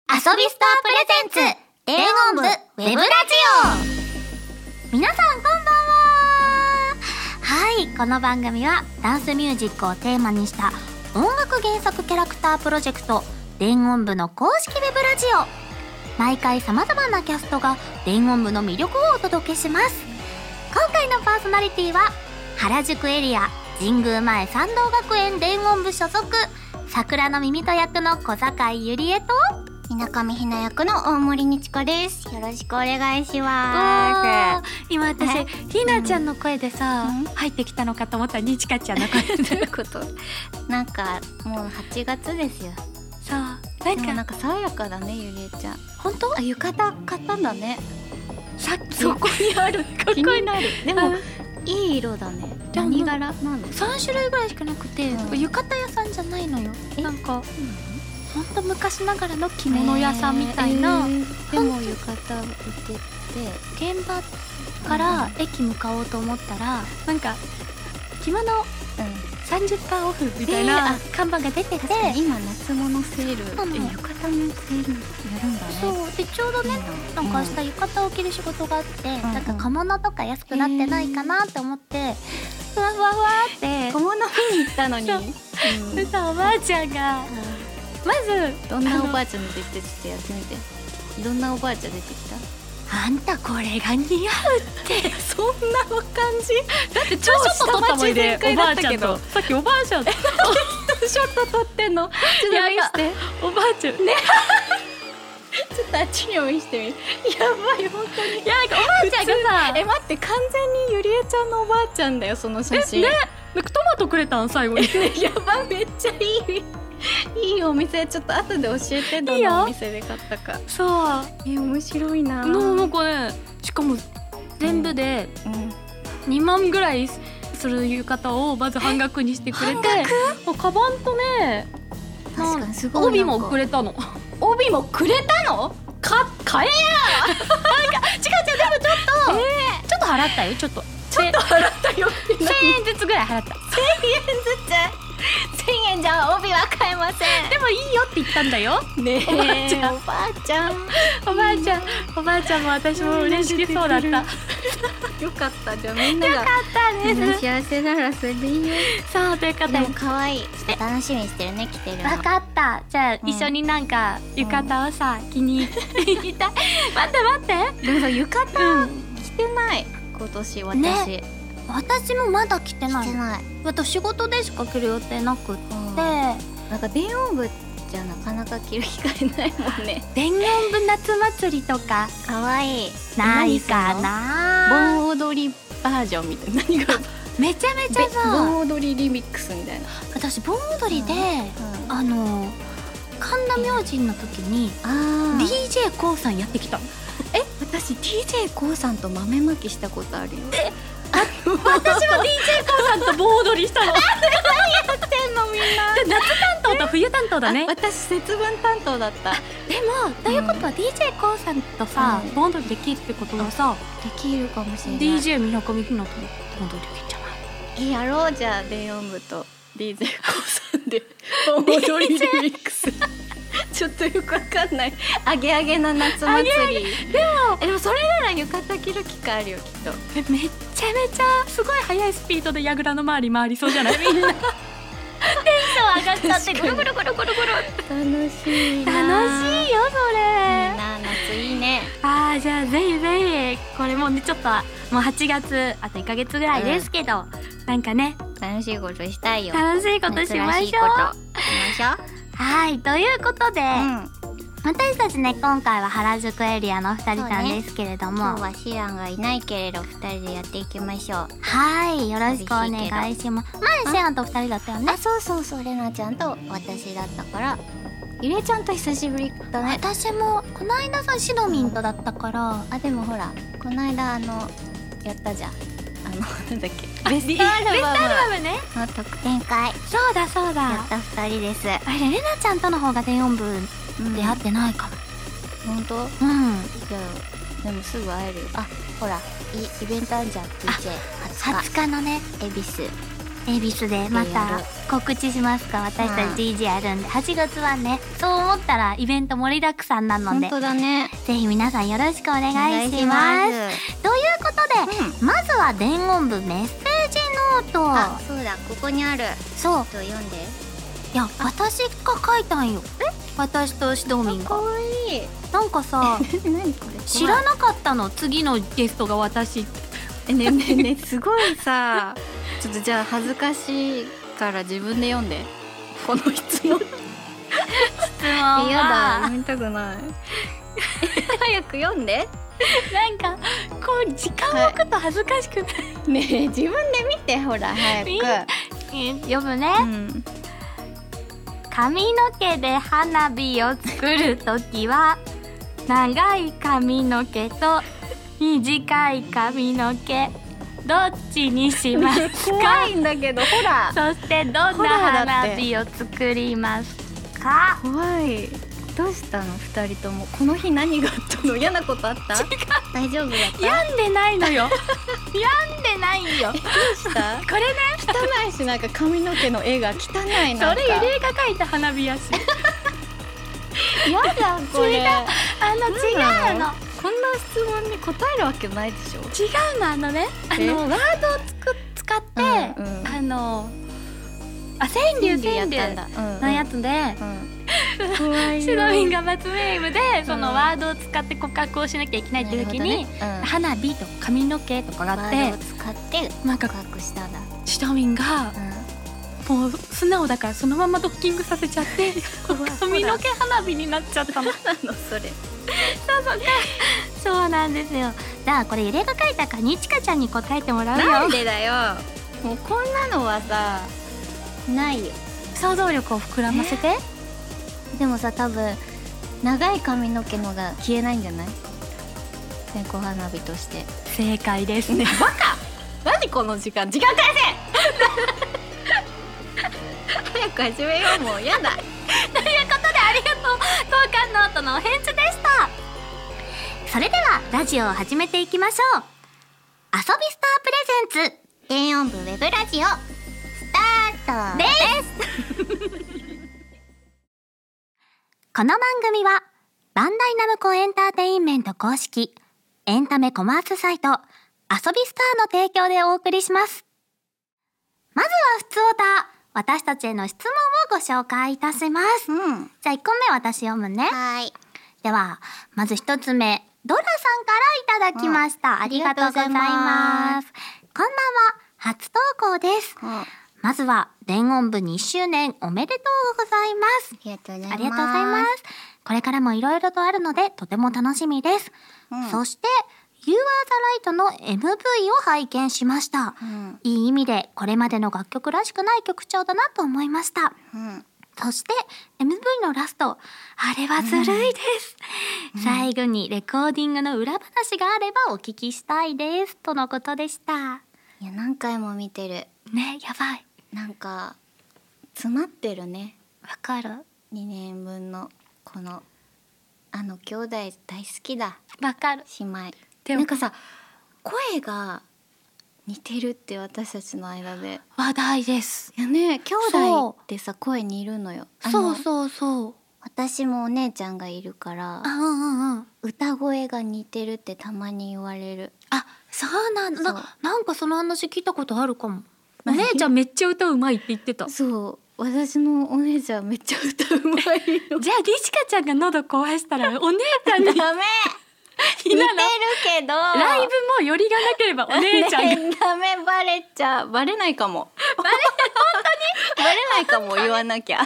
びスタープレゼンツ伝音部ウェブラジオ皆さんこんばんははいこの番組はダンスミュージックをテーマにした音楽原作キャラクタープロジェクト伝音部の公式ウェブラジオ毎回様々なキャストが伝音部の魅力をお届けします今回のパーソナリティは原宿エリア神宮前参道学園伝音部所属桜の耳と役の小坂井ゆりえとみなかみひな役の大森にちこです。よろしくお願いしわまー今私えひなちゃんの声でさ、うん入ってきたのかと思ったらにちかちゃんの声す。ということ。 なんかもう8月ですよ。そうでもななんんかか爽やかだねゆりえちゃん。本当あ浴衣買ったんだね。さっきそこにあるこ気になる。でももいい色だね。でも何柄なんです三種類ぐらいしかなくて、うん浴衣屋さんじゃないのよえなんかか。本当昔ながらの着物屋さんみたいな、えーでも浴衣売ってて。現場から駅向かおうと思ったらなんか着物うん。 30%オフみたいな、え看板が出てて確かに今夏物セール。うなのえ浴衣のセールやるんだね。そうでちょうどねななんか明日浴衣を着る仕事があって、んなんか小物とか安くなってないかなって思って、ふわふわふわって小物見に行ったのに。そううんそしたらおばあちゃんがまずどんなおばあちゃんの出てきてやってみてどんなおばあちゃん出てきた「あんたこれが似合う」 ってそんなお感じだってちょ超下町全開だったけどさっきおばあちゃんとショット撮ってんのちょっやとば見しておばあちゃんね ちょっとあっちにも見してみやばい本当にいやなんかおばあちゃんがさえ待って完全にゆりえちゃんのおばあちゃんだよその写 真ねなんかトマトくれたん最後に やばめっちゃいいいいお店ちょっと後で教えてどいいよのお店で買ったか さえ面白いなあうなんんかねしかも全部で2万ぐらいする浴衣をまず半額にしてくれてもうカバンとね確かにすごい帯もくれれたの帯もくれたのか買えやなんか違う違うでもちょっと、ちょっと払ったよちょっとちょっと払ったよ1000円ずつぐらい払った1000円じゃ帯は買えませ でもいいよって言ったんだよんねえおばあちゃんおばあちゃんおばあちゃんおばあちゃんも私も嬉しそうだったうん よかったじゃあみんながみんな幸せならそれでいいよさあという方でも可愛い楽しみにしてるね着てるわかったじゃあ、うん一緒になんか浴衣をさ気に入った待って待ってでもさ浴衣うん着てない今年私、ね私もまだ着てない着てない、私仕事でしか着る予定なくってうんなんか電音部じゃなかなか着る機会ないもんね伝言部夏祭りとか可愛いないかな盆踊りバージョンみたいな何がめちゃめちゃさ盆踊りリミックスみたいな、私盆踊りで、うん、あの神田明神の時にあ DJ コウさんやってきたの私 DJ コウさんと豆まきしたことあるよえ私も DJ コウさんと盆踊りした のてんのみんな夏担当と冬担当だねあ私節分担当だったでもということは DJ コウさんとさ、うん盆踊りできるってことはさできるかもしれない DJ みなかみひなと盆踊りできんじゃないえやろうじゃあ電音部と DJ コウさんで盆踊りリミックスちょっとよくわかんないあげあげな夏祭りでもでもそれなら浴衣着る機会あるよきっとえめっちゃめちゃすごい速いスピードで櫓の周り回りそう じゃないみんなテンション上がっちゃってぐ確かるにぐるぐるぐるぐる楽しい楽しいよそれ、な夏いいねあーじゃあぜひぜひこれもうねちょっともう8月あと1か月ぐらいですけど、なんかね楽しいことしたいよ楽しいことしま夏らしいょうことしましょはいということで、う、うん、私たちね今回は原宿エリアの2人なんですけれども、今日はシアンがいないけれど二人でやっていきましょうはいよろしくお願いします前シェアンと2人だったよねあそうそうそうレナちゃんと私だったからゆりえちゃんと久しぶりだね私もこの間さシドミントだったからあでもほらこの間あのやったじゃんあのなんだっけベスベストトアアルルバムバねムの特典会そうだそうやだった二人です、あれレナちゃんとの方が電音部うんで会ってないかも本当うん、じゃあでもすぐ会えるよあほらいイベントあんじゃん DJ 20 20日のね日恵比寿恵比寿でまた告知しますか私たち DJ やるんで、8月はねそう思ったらイベント盛りだくさんなの本で当だねぜひ皆さんよろしくお願いしますということで、まずは伝言部メッセージノーあトそうだここにあるそうと読んでいや私が書いたんよ私とシドミンがわいい なんかさ何これ知らなかったの次のゲストが私ってえねえねえねえすごいさちょっとじゃあ恥ずかしいから自分で読んでこの質問質問 は嫌だ読みたくない 早く読んでなんかこう時間置くと恥ずかしくない、ねえ自分で見てほら早く見え読むね、うん髪の毛で花火を作るときは長い髪の毛と短い髪の毛どっちにし ます怖いんだけどほらそしてどんなホラーだって花火を作りますか怖いどうしたの二人ともこの日何があったの嫌なことあった大丈夫だった病んでないのよ 病んでないよどうしたこれね汚いしなんか髪の毛の絵が汚いそなれゆりえが描いた花火やしやだこれ違う あの違なうんのなこんな質問に答えるわけないでしょ違うのあのねあえのワードをつく使って、うんうんあのあ川柳川柳 だ、うんのやつで、うん、怖いよシドミンが松ネームでんそのワードを使って告白をしなきゃいけないって時に、なるほどね花火とか髪の毛とかうん、があっワーてドを使ってなんか告白したんだ、シドミンがうもう素直だからそのままドッキングさせちゃって怖い髪の毛花火になっちゃったのん、なのそれ そうなんですよじゃあこれゆれが書いたかにちかちゃんに答えてもらなんでだよもうこんなのはさないよ想像力を膨らませてでもさ多分長い髪の毛のが消えないんじゃない線香花火として正解ですねバカ何この時間時間返せ早く始めようもうやだということ でありがとう交換ノートのお返事でしたそれではラジオを始めていきましょう遊びスタープレゼンツ電音部ウェブラジオスタートですこの番組はバンダイナムコエンターテインメント公式エンタメコマースサイト遊びスターの提供でお送りしますまずはふつおた私たちへの質問をご紹介いたしますうんじゃあ1個目私読むねはいではまず一つ目ドラさんからいただきました、ありがとうございますありがとうございまこんばんは初投稿ですあまずは伝音部2周年おめでとうございますりがとうございますありがとうございますこれからもいろいろとあるのでとても楽しみです、うんそして You are the light の MV を拝見しました、うんいい意味でこれまでの楽曲らしくない曲調だなと思いましたうんそして MV のラストあれはずるいです、最後にレコーディングの裏話があればお聞きしたいですとのことでしたいや何回も見てるねやばいなんか詰まってるねわかる2年分のこのあの兄弟大好きだわかる姉妹でもなんかさ声が似てるって私たちの間で話題ですいやね兄弟そうってさ声似るのよあそのうそうそう私もお姉ちゃんがいるからあうんうんうん歌声が似てるってたまに言われるあそうなんだそうななんかその話聞いたことあるかもお何姉ちゃんめっちゃ歌うまいって言ってたじそう私のお姉ちゃんめっちゃ歌うまいゃよあリシカちゃんが喉壊したらお姉ちゃんに ダ メひなのけどライブもよりがなければお姉ちゃんが、ねえダメバレちゃうバレないかもバレ本当にバレないかも言わなきゃ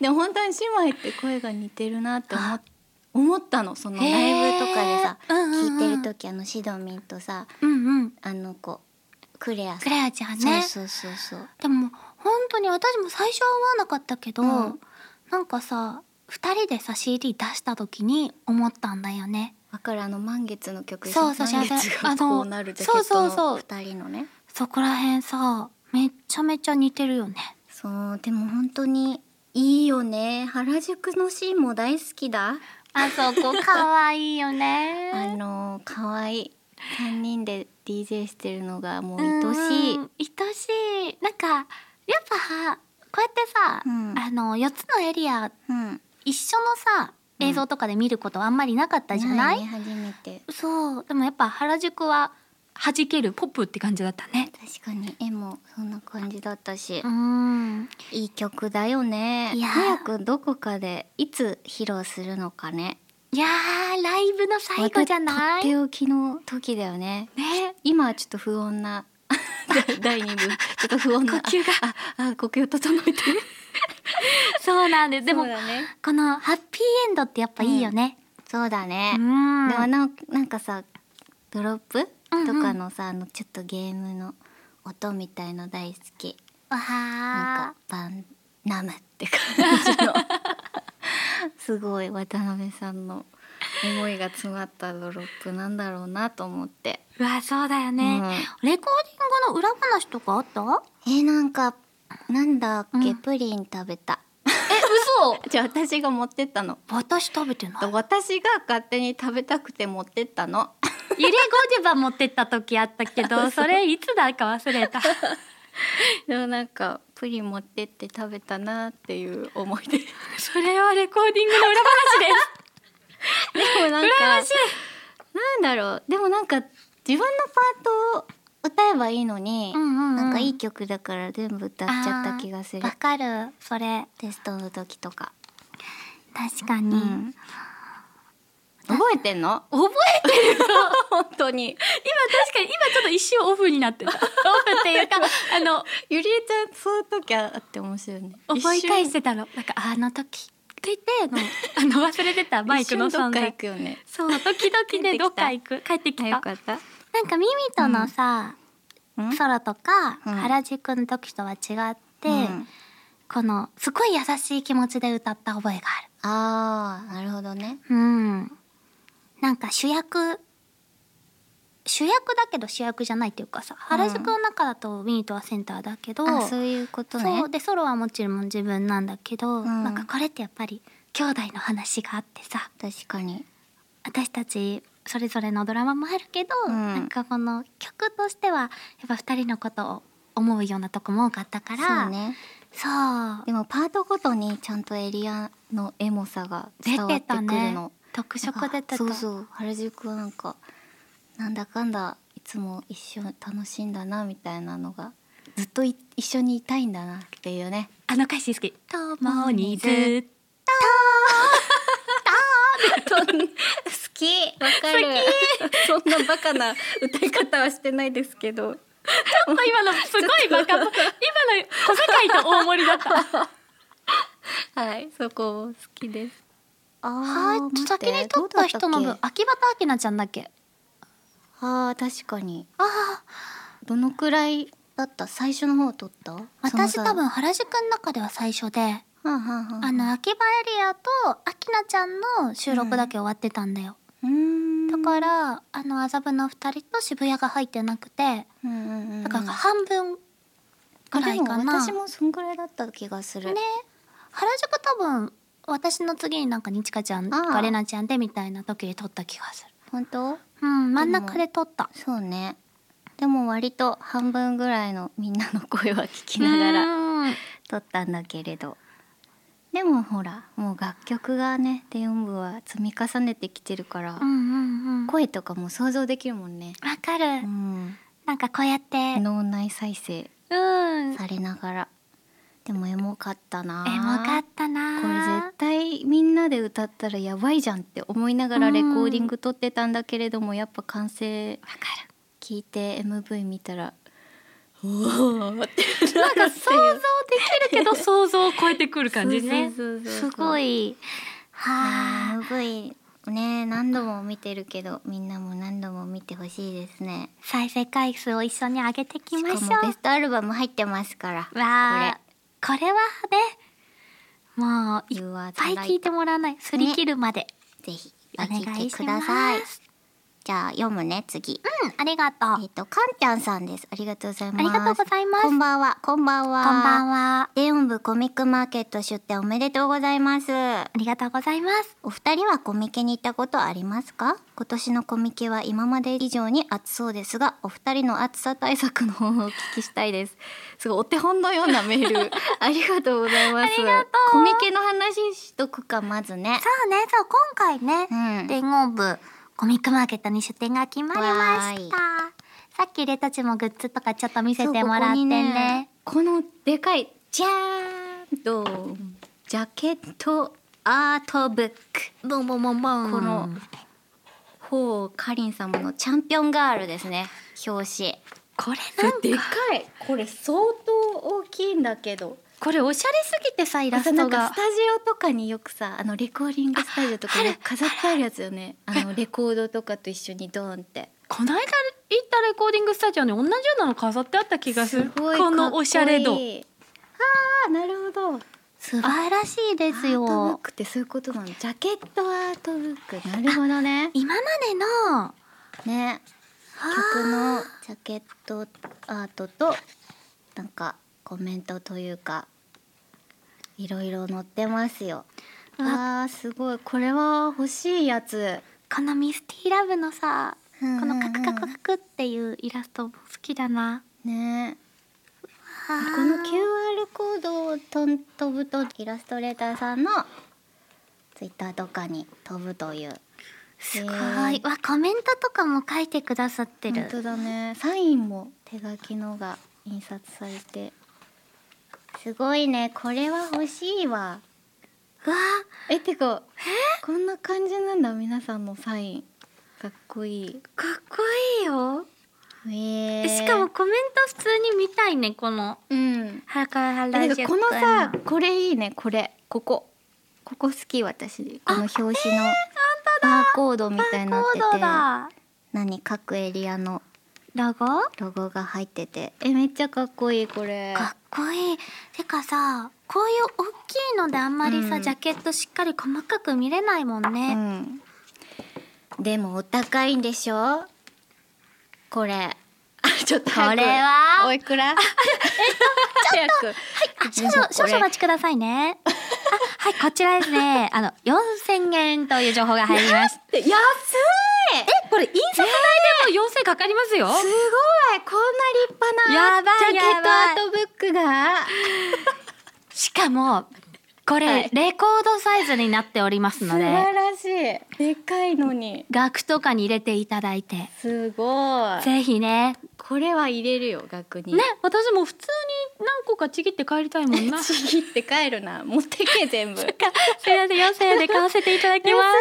でも本当に姉妹って声が似てるなって思っ思ったのそのライブとかでさ、へーうんうんうん聞いてる時あのシドミンとさうんうんあの子クレアクさんレアちゃんねそうそうそうそうでも本当に私も最初は思わなかったけど、うんなんかさ2人でさ CD 出した時に思ったんだよねわかるあの満月の曲でしそょうそう満月あがのこうなるジャケッそうトそうそうの二人のねそこら辺さめっちゃめちゃ似てるよねそうでも本当にいいよね原宿のシーンも大好きだあそこ可愛いよあねの可愛い三人で DJ してるのがもう愛しい、うん愛しいなんかやっぱはこうやってさ、うんあの4つのエリアうん、一緒のさうん映像とかで見ることはあんまりなかったじゃない、ね初めてそうでもやっぱ原宿は弾けるポップって感じだったね確かに絵もそんな感じだったし、うんいい曲だよねいやー早くどこかでいつ披露するのかねいやーライブの最後じゃなまたいとっねておきの時だよね今はちょっと不穏な第2部ちょっと不穏な呼吸がああ呼吸整えてるそうなんですでも、そうだねこのハッピーエンドってやっぱいいよね、そうだね、んでもなんなんかさドロップうんうんとかのさ、あのちょっとゲームの音みたいの大好きわなんあかバンナムって感 じのすごい渡辺さんの思いが詰まったドロップなんだろうなと思って、うわそうだよね、レコーディングの裏話とかあったえーなんかなんだっけ、うんプリン食べたえ嘘じゃあ私が持ってったの私食べて ない私が勝手に食べたくて持ってったのゆりゴディバ持ってった時あったけど それいつだか忘れたでもなんかプリン持ってって食べたなっていう思い出で それはレコーディングの裏もなん話かです羨なんだろうでもなんか自分のパートを歌えばいいのに、ましい、 んうなんかいいっ曲だから全部歌っちゃった気がするわかるそれテストの時とか、確かに、うん覚えてんの覚えてる本当に今確かに今ちょっと一瞬オフになってた オフっていうかあのゆりえちゃんそういう時あって面白いね思い返しててたのなんかあの時って言ってのあの忘れてたバイクのどっ存か行在くよねそう時々帰ってきねたどっか行く帰ってきたあよかったなんかミミとのさ、うんソロとか、うん原宿の時とは違って、うんこのすごい優しい気持ちで歌った覚えがああーなるほどねる。うん。なんか主役主役だけど主役じゃないっていうかさ、原宿の中だとウィートはセンターだけど、あそういうことねそうでソロはもちろん自分なんだけど、んなんかこれってやっぱり兄弟の話があってさ、確かに私たちそれぞれのドラマもあるけど、うんなんかこの曲としてはやっぱ二人のことを思うようなとこも多かったからそうねそうあでもパートごとにちゃんとエリアのエモさが出伝わっててくたるねの特色出てたそうそう原宿はなんかなんだかんだいつも一緒楽しいんだなみたいなのがずっとい一緒にいたいんだなっていうねあの歌詞好き「共共ににずずっっとと」好きわかる好きそんなバカな歌い方はしてないですけど今のすごいバカっぽい今の小堺と大森 だったはいそこ好きですあはい先に撮った人の分秋葉明菜ちゃんだっけあー確かにああどのくらいだった最初の方撮った私その多さ分原宿の中では最初ではんはんはんあの秋葉エリアと秋菜ちゃんの収録だけ終わってたんだよ、うーんだからあの麻布の二人と渋谷が入ってなくてうんうんうんだから半分くらいかあでもな、私もそんぐらいだった気がするね原宿多分私の次になんかにちかちゃんあかあれなちゃんでみたいな時に撮った気がする本当うん真ん中で撮ったそうねでも割と半分ぐらいのみんなの声は聞きうながらーん撮ったんだけれどでもほらもう楽曲がね低音部は積み重ねてきてるから、うんうんうんわ声とかも想像できるもんね、かる、うん、なんかこうやって脳内再生うんエモされながらでもエモかったなかったなこれ絶対みんなで歌ったらやばいじゃんって思いながらレコーディング撮ってたんだけれども、やっぱ完成わかる聞いて MV 見たらうわーってなんか想像できる けど想像を超えてくる感じねすすごごい。はあ。 MV ね何度も見てるけどみんなも何度も見てほしいですね再生回数を一緒に上げていきしましょかう。もベストアルバム入ってますからわあ。これはね、もうこれいっ You are ぱい the 聞い light てもらわない。擦り切るまでぜひお聴願いいてしくだまさいす。じゃあ読むね次うん、ありがとう。あえっとかんちゃんさんですありがとうございますりがとうございます。こんばんはこんばんはこんばんはは。電音部コミックマーケット出店おめでとうございますありがとうございます。お二人はコミケに行ったことありますか今年のコミケは今まで以上に暑そうですがお二人の暑さ対策の方法をお聞きしたいですすごいお手本のようなメー ルありがとうございますありがとうコミケの話しとくかまずねそうね、そう、今回ね、うん伝言部コミックマーケットに出店が決まりましわた。さっき俺たちもグッズとかちょっと見せてもらそうここってにね。このでかいジャーンドンジャケットアートブックボンボンボンボンこのほうかりん様のチャンピオンガールですね表紙これなんでかいこれ相当大きいんだけどこれおしゃれすぎてさイラストがなんかスタジオとかによくさあのレコーディングスタジオとかに飾ってあるやつよねあのレコードとかと一緒にドーンってこの間行ったレコーディングスタジオに同じようなの飾ってあった気がするごいこのおしゃれかっ度こいいあーなるほど素晴らしいですアートブッよ。クってそういうことなのジャケットアートブックなるほど ね今までのね曲のジャケットアートとなんかコメントというかいろいろ載ってますよあーすごいこれは欲しいやつこのミスティラブのさ、ここのカクカクカクっていうイラストも好きだな。ねここの QR コードをとん飛ぶとイラストレーターさんのツイッターとかに飛ぶというすごえい。わコメントとかも書いてくださってる本。当だねサインも手書きのが印刷されてすごいねこれは欲しいわうわえてかこんな感じなんだ皆さんのサインかっこいいかっこいいよ。へええしかもコメント普通に見たいねこの。うんはからはえらてかこのさこれいいねこれここここ好き私この表紙のバーコードみたいになってコーてドだ。何各エリアのロゴ？かロゴが入っててえめっちゃかっこいいこれっこいい。てかさこういう大きいのであんまりさ、うんジャケットしっかり細かく見れないもんうね。んでもお高いんでしょこれちょっとこ早くれはおいくら早くあ少々少々お待ちくださいね。あはいこちらで すね。あの四千円という情報が入りました。で安いえこれ印刷代でも4000かかりますよ、すごいこんな立派なやばいジャやケットばいアートブックがしかもこれ、はいレコードサイズになっておりますの素で晴らしいでかいのに額とかに入れていただいてすごいぜひねこれは入れるよ額にね私も普通に何個かちぎって帰りたいもんなすいちぎって帰るな持って け全部すごいません4000円で買わせていただきます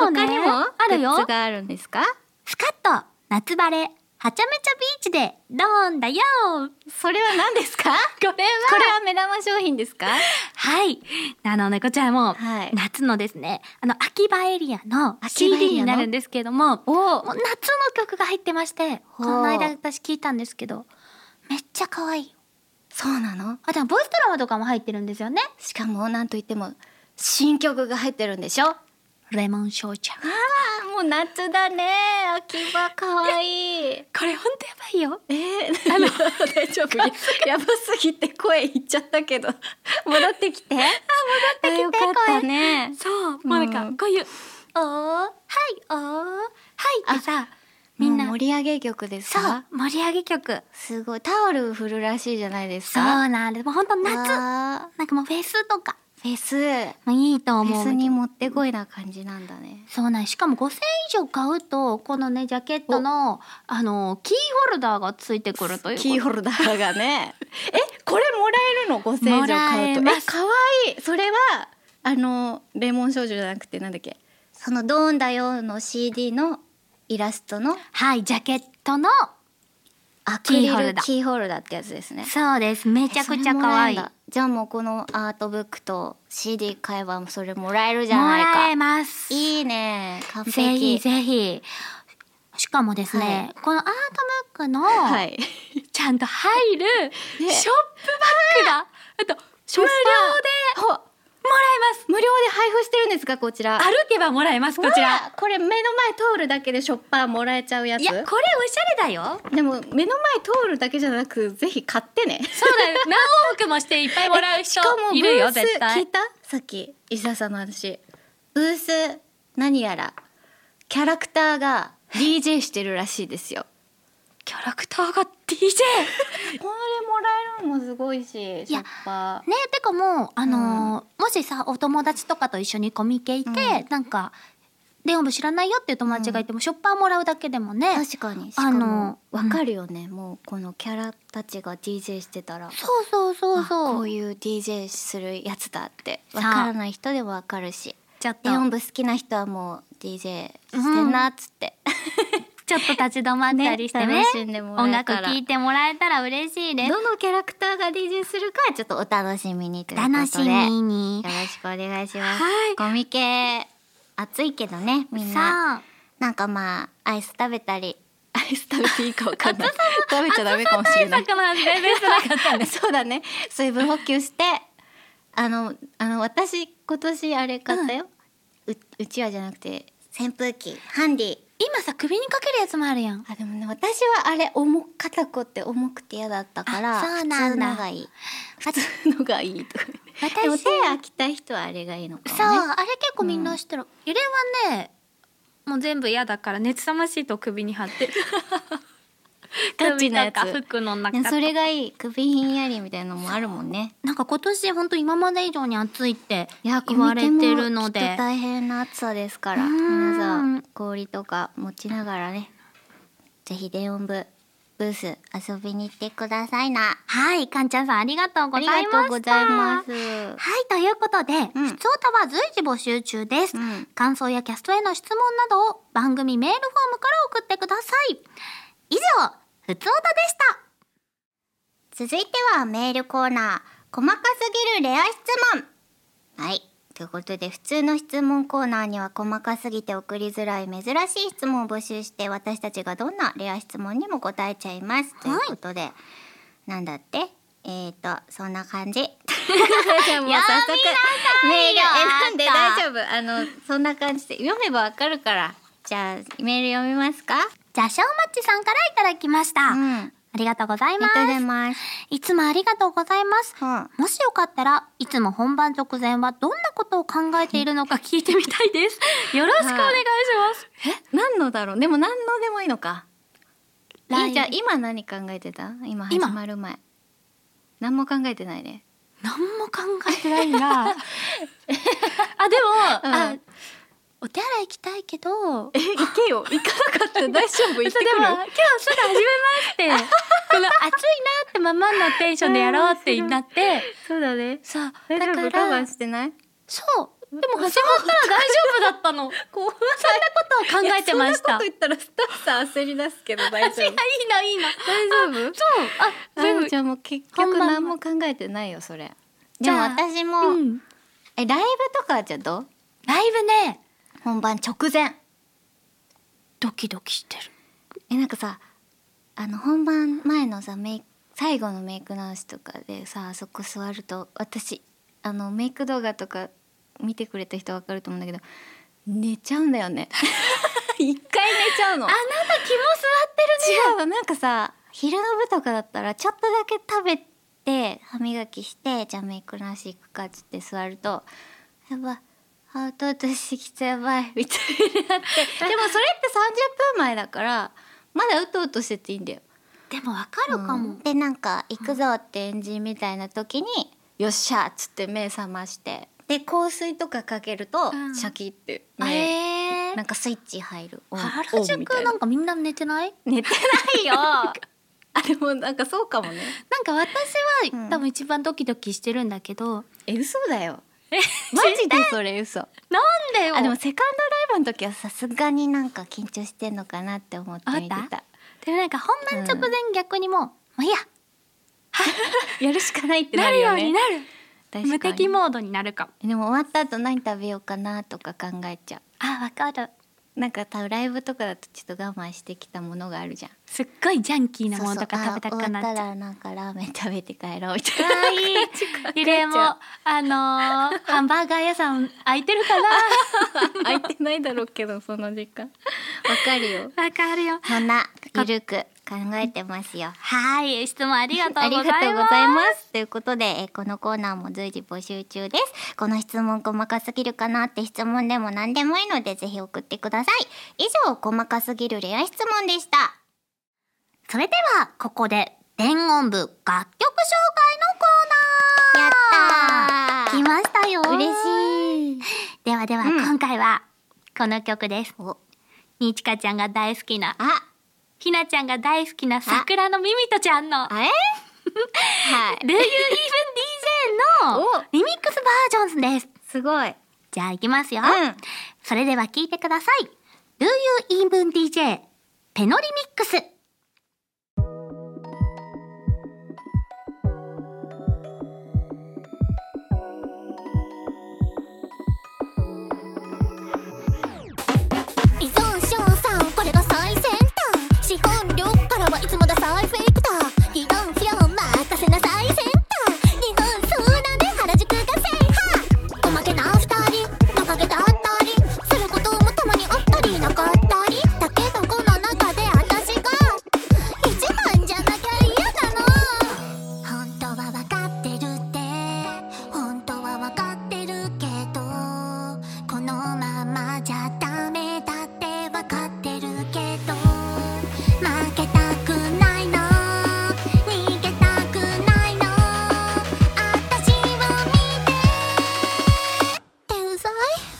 他にもねあるよグッズがあるんですかスカッと夏晴れはちゃめちゃビーチでドーンだよ。それは何ですかこ これはれは目玉商品ですかはい。あのね、こちらも、はい夏のですね、あの、秋葉エリアの秋葉エリ CD アのになるんですけども、もうお夏の曲が入ってまして、ほこうの間私聞いたんですけど、めっちゃ可愛い。そうなのあ、でもボイスドラマとかも入ってるんですよね。しかもなんといっても新曲が入ってるんでしょレモンショーちゃん。もう夏だね秋葉かわ いいこれほんとやばいよ。えー、大丈夫ややばすぎて声いっちゃったけど戻ってきてあ戻ってきてよかったねそう、もうなんか、うんこういう、おー、はい、おー、はいってさ、みみんんなな、盛り上げ曲ですそかう、盛り上げ曲。すごいタオル振るらしいじゃないですそうかなんです。もうほんと夏。夏なんかもうフェスとか、フェスフもういいと思う。ェスにもってこいな感じなんだねそうなんですしかも5,000円以上買うとこのねジャケットのあのキーホルダーがついてくるということキーホルダーがね えこれもらえるの5000円以上買うともらえまえかわいいそれはあのレモン少女じゃなくてなんだっけその「ドーンだよ」の CD のイラストのはいジャケットのアクリキーホルルダーキーホルダーってやつですねそうですめちゃくちえゃ可愛いそれもらえんだじゃあもうこのアートブックと CD 買えばそれもらえるじゃもないからえますいいね完ぜひ璧ぜひしかもですね、このアートブックのはいちゃんと入るショップバッグだ、あと無料でほます無料で配布してるんですかこちら歩けばもらえますこちらこれ目の前通るだけでショッパーもらえちゃうやついやこれおしゃれだよでも目の前通るだけじゃなくぜひ買ってねそうだよ 何往復もしていっぱいもらう人しかもいるよブース絶聞対いたさっき石田さんの話ブース何やらキャラクター が DJ してるらしいですよキャラクターが DJ これもらえるのもすごいしいやぱねてかもうあのーもしさお友達とかと一緒にコミケ行って、うなんかレオン部知らないよっていう友達がいても、ショッパーもらうだけでもね確かにしあかものわかるよね、もうこのキャラたちが DJ してたらそうそうそうあこそうういう DJ するやつだってさわあからない人でもわかるしちょっとレオン部好きな人はもう DJ してんなっつって、ちょっと立ち止まったりしてね楽しんでも音らえ楽たら聴いてもらえたら嬉しいですどのキャラクターが DJ するかちょっとお楽しみにということで楽しみによろしくお願いします、はいコミケ暑いけどねみんなさあなんかまあアイス食べたりアイス食べていいかわか んない食べちゃダメかもしれないなんでベストなかったんですそうだね水分補給してあのあの私今年あれ買ったよ、ううちわじゃなくて扇風機ハンディ 今さ首にかけるやつもあるやんあでもね私はあれ重肩こって重くて嫌だったからあそうなん普通のだがいいのがいいとか言って私でも手そう飽きた人はあれがいいのかもねあれ結構みんな知ってる、ゆれはねもう全部嫌だから熱さまシートを首に貼って ガチなやつ首とか服の中とでもかそれがいい首ひんやりみたいなのもあるもんねなんか今年本当今まで以上に暑いっていや言われてるのでコミケもきっと大変な暑さですからうん皆さん氷とか持ちながらねぜひ電音部ブース遊びに行ってくださいなはいかんちゃんさんありがとうごあざりいましがたとうございますはい、ということで、うんふつおたは随時募集中です、うん感想やキャストへの質問などを番組メールフォームから送ってください。以上、ふつおたでした。続いてはメールコーナー細かすぎるレア質問はいということで普通の質問コーナーには細かすぎて送りづらい珍しい質問を募集して私たちがどんなレア質問にも答えちゃいます、ということでなんだってえーとそんな感じじ ゃあもう早速メールよ選んであん大た丈夫あのそんな感じで読めばわかるからじゃあメール読みますかじゃあ、シャオマッチさんからいただきました。あんありがとうございりまがとうごす。ざいます、いつもありがとうございます。はもしよかったら、いつも本番直前はどんなことを考えているのか聞いてみたいです。よろしくお願いします。何のだろうでも何のでもいいのかライブいいじゃあ今何考えてた今始今まる前何も考えてないね何も考えてない なあでも、うんあお手洗い行きたいけどえ行けよ行かなかったら大丈夫行っでても 今日すぐ始めますってこの暑いなってままのテンションでやろうってなってそうだねそうだ大丈夫か我慢らしてないそうでも始まったら大丈夫だったの怖いそんなことを考えてましそんなたこと言ったらスタッフさん焦り出す けど大丈いやいい夫な、いいな。大丈夫そう、あ、全全部。部じゃあもう結本局番何も考えてないよそれでもじゃあ私も、うん。えライブとかじゃどうライブね、本番直前ドキドキしてる。えなんかさあの本番前のさメイク最後のメイク直しとかでさあそこ座ると私あのメイク動画とか見てくれた人わかると思うんだけど寝ちゃうんだよね 一回寝ちゃうの違うのなんかさ昼の部とかだったらちょっとだけ食べて歯磨きしてじゃあメイク直し行くかっつって座るとやばあととしてきたやばいみたい になってでもそれって30分前だからまだうとうとしてていいんだよでもわかるかも。うんでなんか行くぞってエンジンみたいな時に、よっしゃっつって目覚ましてで香水とかかけると、うんシャキってえ目、えなんかスイッチ入るオン原オンみた宿いななんかみんな寝てない寝てないよ。 あでもなんかそうかもねなんか私は、うん多分一番ドキドキしてるんだけどえ嘘だよマジでそれ嘘なんでよ。あでもセカンドライブの時はさすがになんか緊張してんのかなって思って見てあったでもなんか本番直前逆にもう、もういいややるしかないってななるるよようにねなる。確無か敵にモードになるかも。でも終わった後何食べようかなとか考えちゃあわかるなんかたライブとかだとちょっと我慢してきたものがあるじゃんすっごいジャンキーなそうもそのうとか食べたくなっあ終わっちたゃう。らなんかラーメン食べて帰ろうみたい なああいい。ゆりえも、あ のーハンバーガー屋さん空いてるかな空いてないだろうけどその時間わかるよわかるよ。 そんなゆるく考えてますよはい、質問ありがとうござあいりがとます。うございます。ということで、えーこのコーナーも随時募集中です。この質問細かすぎるかなって質問でも何でもいいので、ぜひ送ってください。以上、細かすぎるレア質問でした。それでは、ここで、伝音部楽曲紹介のコーやっナーた来ーましたよ嬉しい。ではでは、うん今回は、この曲です。にちかちゃんが大好きな、あ、ひなちゃんが大好きな桜のミミトちゃんの、あれはい。 Do You Even DJ の おリミックスバージョンです。すごい。じゃあ、いきますよ。うん。それでは聞いてください。Do You Even DJ ペノリミックス。依存症さんこれが最先端資本力からはいつもだ最フェイクだ議論フロー任せな最先端日本そうだね原宿が制覇おまけな二人の影だったりすることもたまにあったりなかったりだけどこの中で私が一番じゃなきゃ嫌なの本当は分かってるって本当は分かってるけどこのままじゃダメだって分かってるけど負けたくないの逃げたくないの私を見てってうざい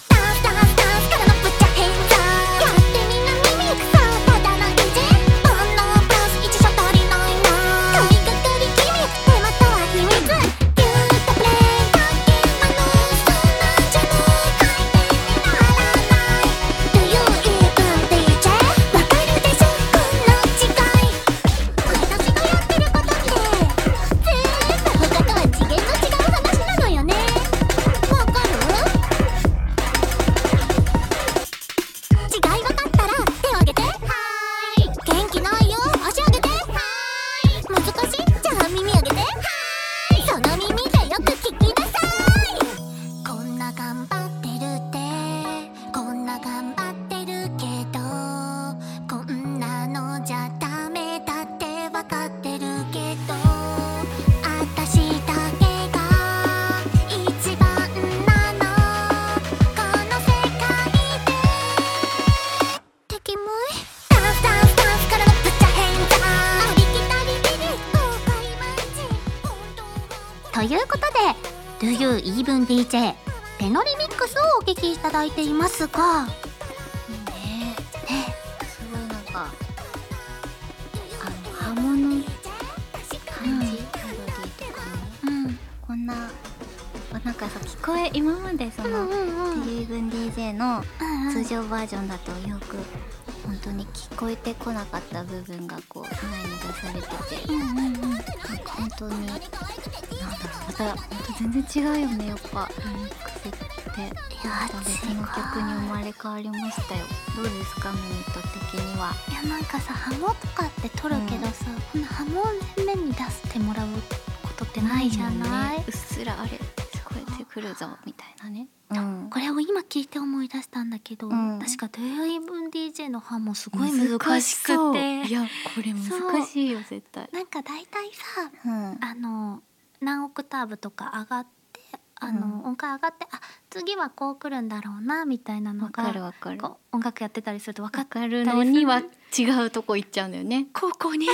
ダンスダンスダンスからのぶっちゃ変だやってみんな耳くさただの友人煩悩プラス一じゃ足りないなかいがかり君手元は秘密ギューとプレイだけなのそんなんじゃねえ回転にならない Do you even DJ? わかるでしょこの違い私がやってることって全部他とは次元の違う話なのよねわかる違い分かったら手を挙げてはーい元気ないよ足上げてはーい難しいじゃあ耳上げてはーいその耳でよく聞きなさいこんな頑張ってるってこんな頑張ってるけどこんなのじゃダメだって分かってるけどあたしだけが一番なのこの世界でてきもいダンスダンスダンスからのぶっちゃ変だありきたりビビ豪快マッチ本当はということで Do You Even DJ ペノリミックスをお聞きいただいていますがねえ。すごいなんか、あの、波紋の感じ、メロディーとかも。うんこんな、あなんかさ、聞こえ、今までその、うん自分 DJ の通常バージョンだとよく本当に聞こえてこなかった部分がこう前に出されてて、なんか本当になんだろうまた本当全然違うよねやっぱミックスってまた別の曲に生まれ変わりましたよどうですかミニット的にはいやなんかさハモとかって取るけどさ、こんなハモを全面に出してもらうことってないじゃない、うっすらあれ聞こえてくるぞみたいなねうんこれを今聞いて思い出したんだけど、うん確か Do You Even DJ のハモすごい難しくそうていやこれ難しいよ絶対なんか大体さうんあの何オクターブとか上がってあの、うん音階上がってあ次はこう来るんだろうなみたいなのわがかるわかるこう音楽やってたりすると分かわっかるのには違うとこ行っちゃうんだよね高校に行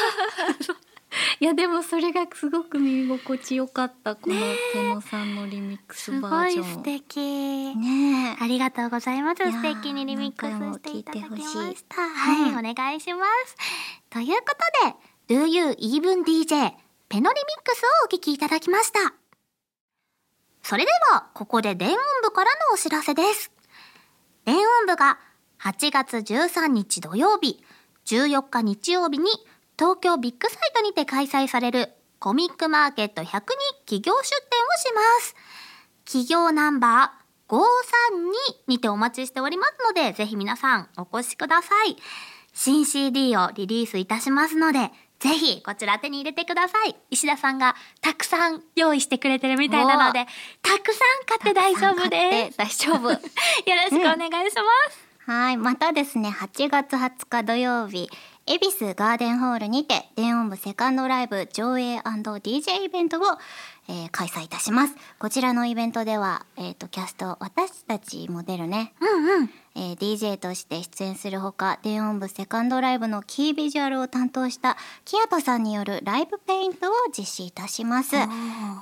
いやでもそれがすごく耳心地よかったこのペノさんのリミックくスすバごーいジョン素敵、ねありがとうございますやー素敵にリミックスしていただきま何回も聞いてほしいしたはい、お願いしますということで Do You Even DJ ペノリミックスをお聞きいただきましたそれではここで電音部からのお知らせです電音部が8月13日土曜日、14日日曜日に東京ビッグサイトにて開催されるコミックマーケット100に企業出展をします。企業ナンバー532にてお待ちしておりますので、ぜひ皆さんお越しください。新 CD をリリースいたしますので、ぜひこちら手に入れてください。石田さんがたくさん用意してくれてるみたいなので、たくさん買って大丈夫です。大丈夫。よろしくお願いします。はい、またですね、8月20日土曜日、恵比寿ガーデンホールにて、電音部セカンドライブ上映 &DJ イベントを、えー開催いたします。こちらのイベントでは、えっ、と、キャスト、私たちも出るね、うんうん。えー DJ として出演するほか、電音部セカンドライブのキービジュアルを担当した、キアトさんによるライブペイントを実施いたします。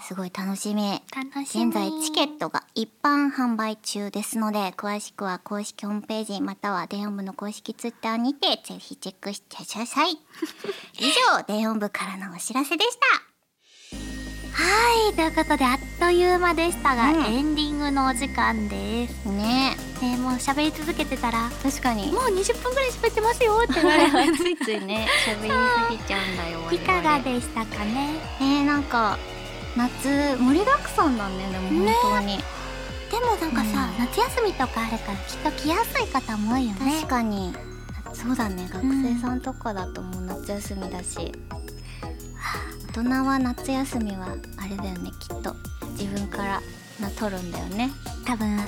すごい楽しみ。楽しみ。現在チケットが一般販売中ですので詳しくは公式ホームページまたは電音部の公式ツイッターにてぜひチェックしてください以上電音部からのお知らせでしたはい、ということであっという間でしたが、うんエンディングのお時間です。ねね、もう喋り続けてたら、もえ確かにう20分ぐらい喋ってますよって言われ るついついね喋りすぎちゃうんだよいかがでしたかね。ねえなんか夏盛りだくさんなんだよねでも本当に、でもなんかさ、うん夏休みとかあるからきっと来やすい方も多いよね確。かにそうだね学生さんとかだともう夏休みだし、大人は夏休みはあれだよねきっと自分からな取るんだよね多分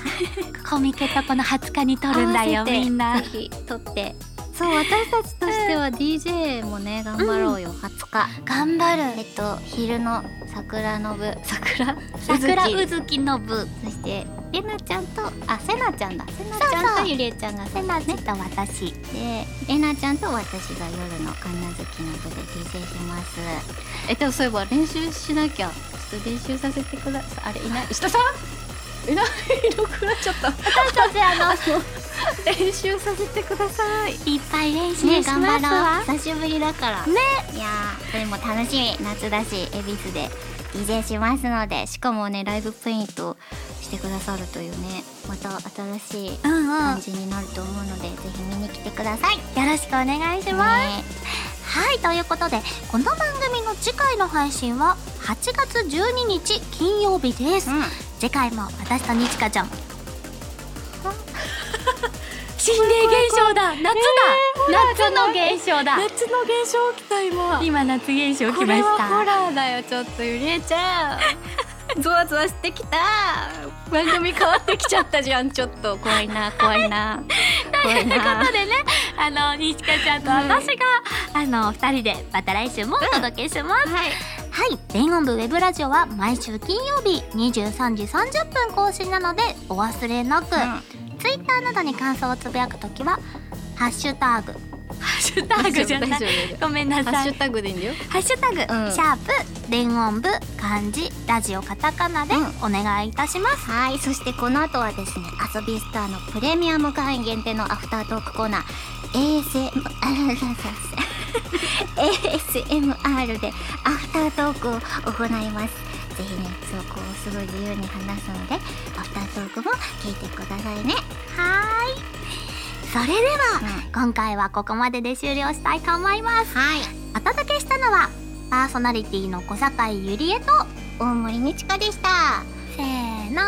コミケとこの20日に撮るんだ合よわせてみんなぜ。ひ取ってそう私たちとしては DJ もね頑張ろうよ、20日頑張る。えっと昼の桜の部桜桜うずうきずきの部。そしてれなちゃんとあせなちゃんだせなちゃんそうそとうゆりえちゃんがせなちと私。で、れなちゃんと私が夜の神奈月の部で DJ します。え、でもそういえば練習しなきゃ。ちょっと練習させてください。あれいない。下さんいない。いなくなっちゃった。私たちあの 練習させてください。いっぱい練習ね、し頑ますわ。張ろう。久しぶりだから。ね。いやー、でも楽しみ。夏だし、恵比寿で DJ しますので、しかもね、ライブペイントしてくださるというね、また新しいうんうん。感よじになると思うので、ぜひ見に来てください。ろしくお願いします。ねはい、ということで、この番組の次回の配信は8月12日金曜日です。うん次回も私とにちかちゃん。 心霊現象だ夏だ、夏の現象だ夏の現象起きた今今夏現象こ来まれしはたホラーだよちょっとゆりえちゃん ゾワゾワしてきた番組変わってきちゃったじゃんちょっと怖いな怖い な怖いなでね、あの、にちかちゃんと私が、あの、二人でまた来週もお届けします。はいはい、電音部ウェブラジオは毎週金曜日23時30分更新なのでお忘れなく、ツイッターなどに感想をつぶやくときは、ハッシュタグ、ハッシュタ大丈夫大丈夫ごめんなハさい。ッシュタグでいいんだよハッシュタグ、うんシャープ、電音部、漢字、ラジオカタカナでお願いいたします。はい、そしてこの後はですね、遊びスターのプレミアム会員限定のアフタートークコーナー、ASM、ASMR でアフタートークを行います。ぜひね、そこをすごい自由に話すので、アフタートークも聞いてくださいね。はーい。それでは、今回はここまでで終了したいと思います。はい、お届けしたのは、パーソナリティの小坂井ゆりえと、大森にちかでした。せーの、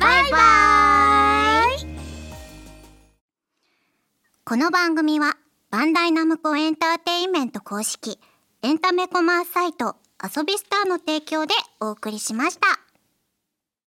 バイバーイこの番組はバンダイナムコエンターテインメント公式エンタメコマースサイト遊びスターの提供でお送りしました。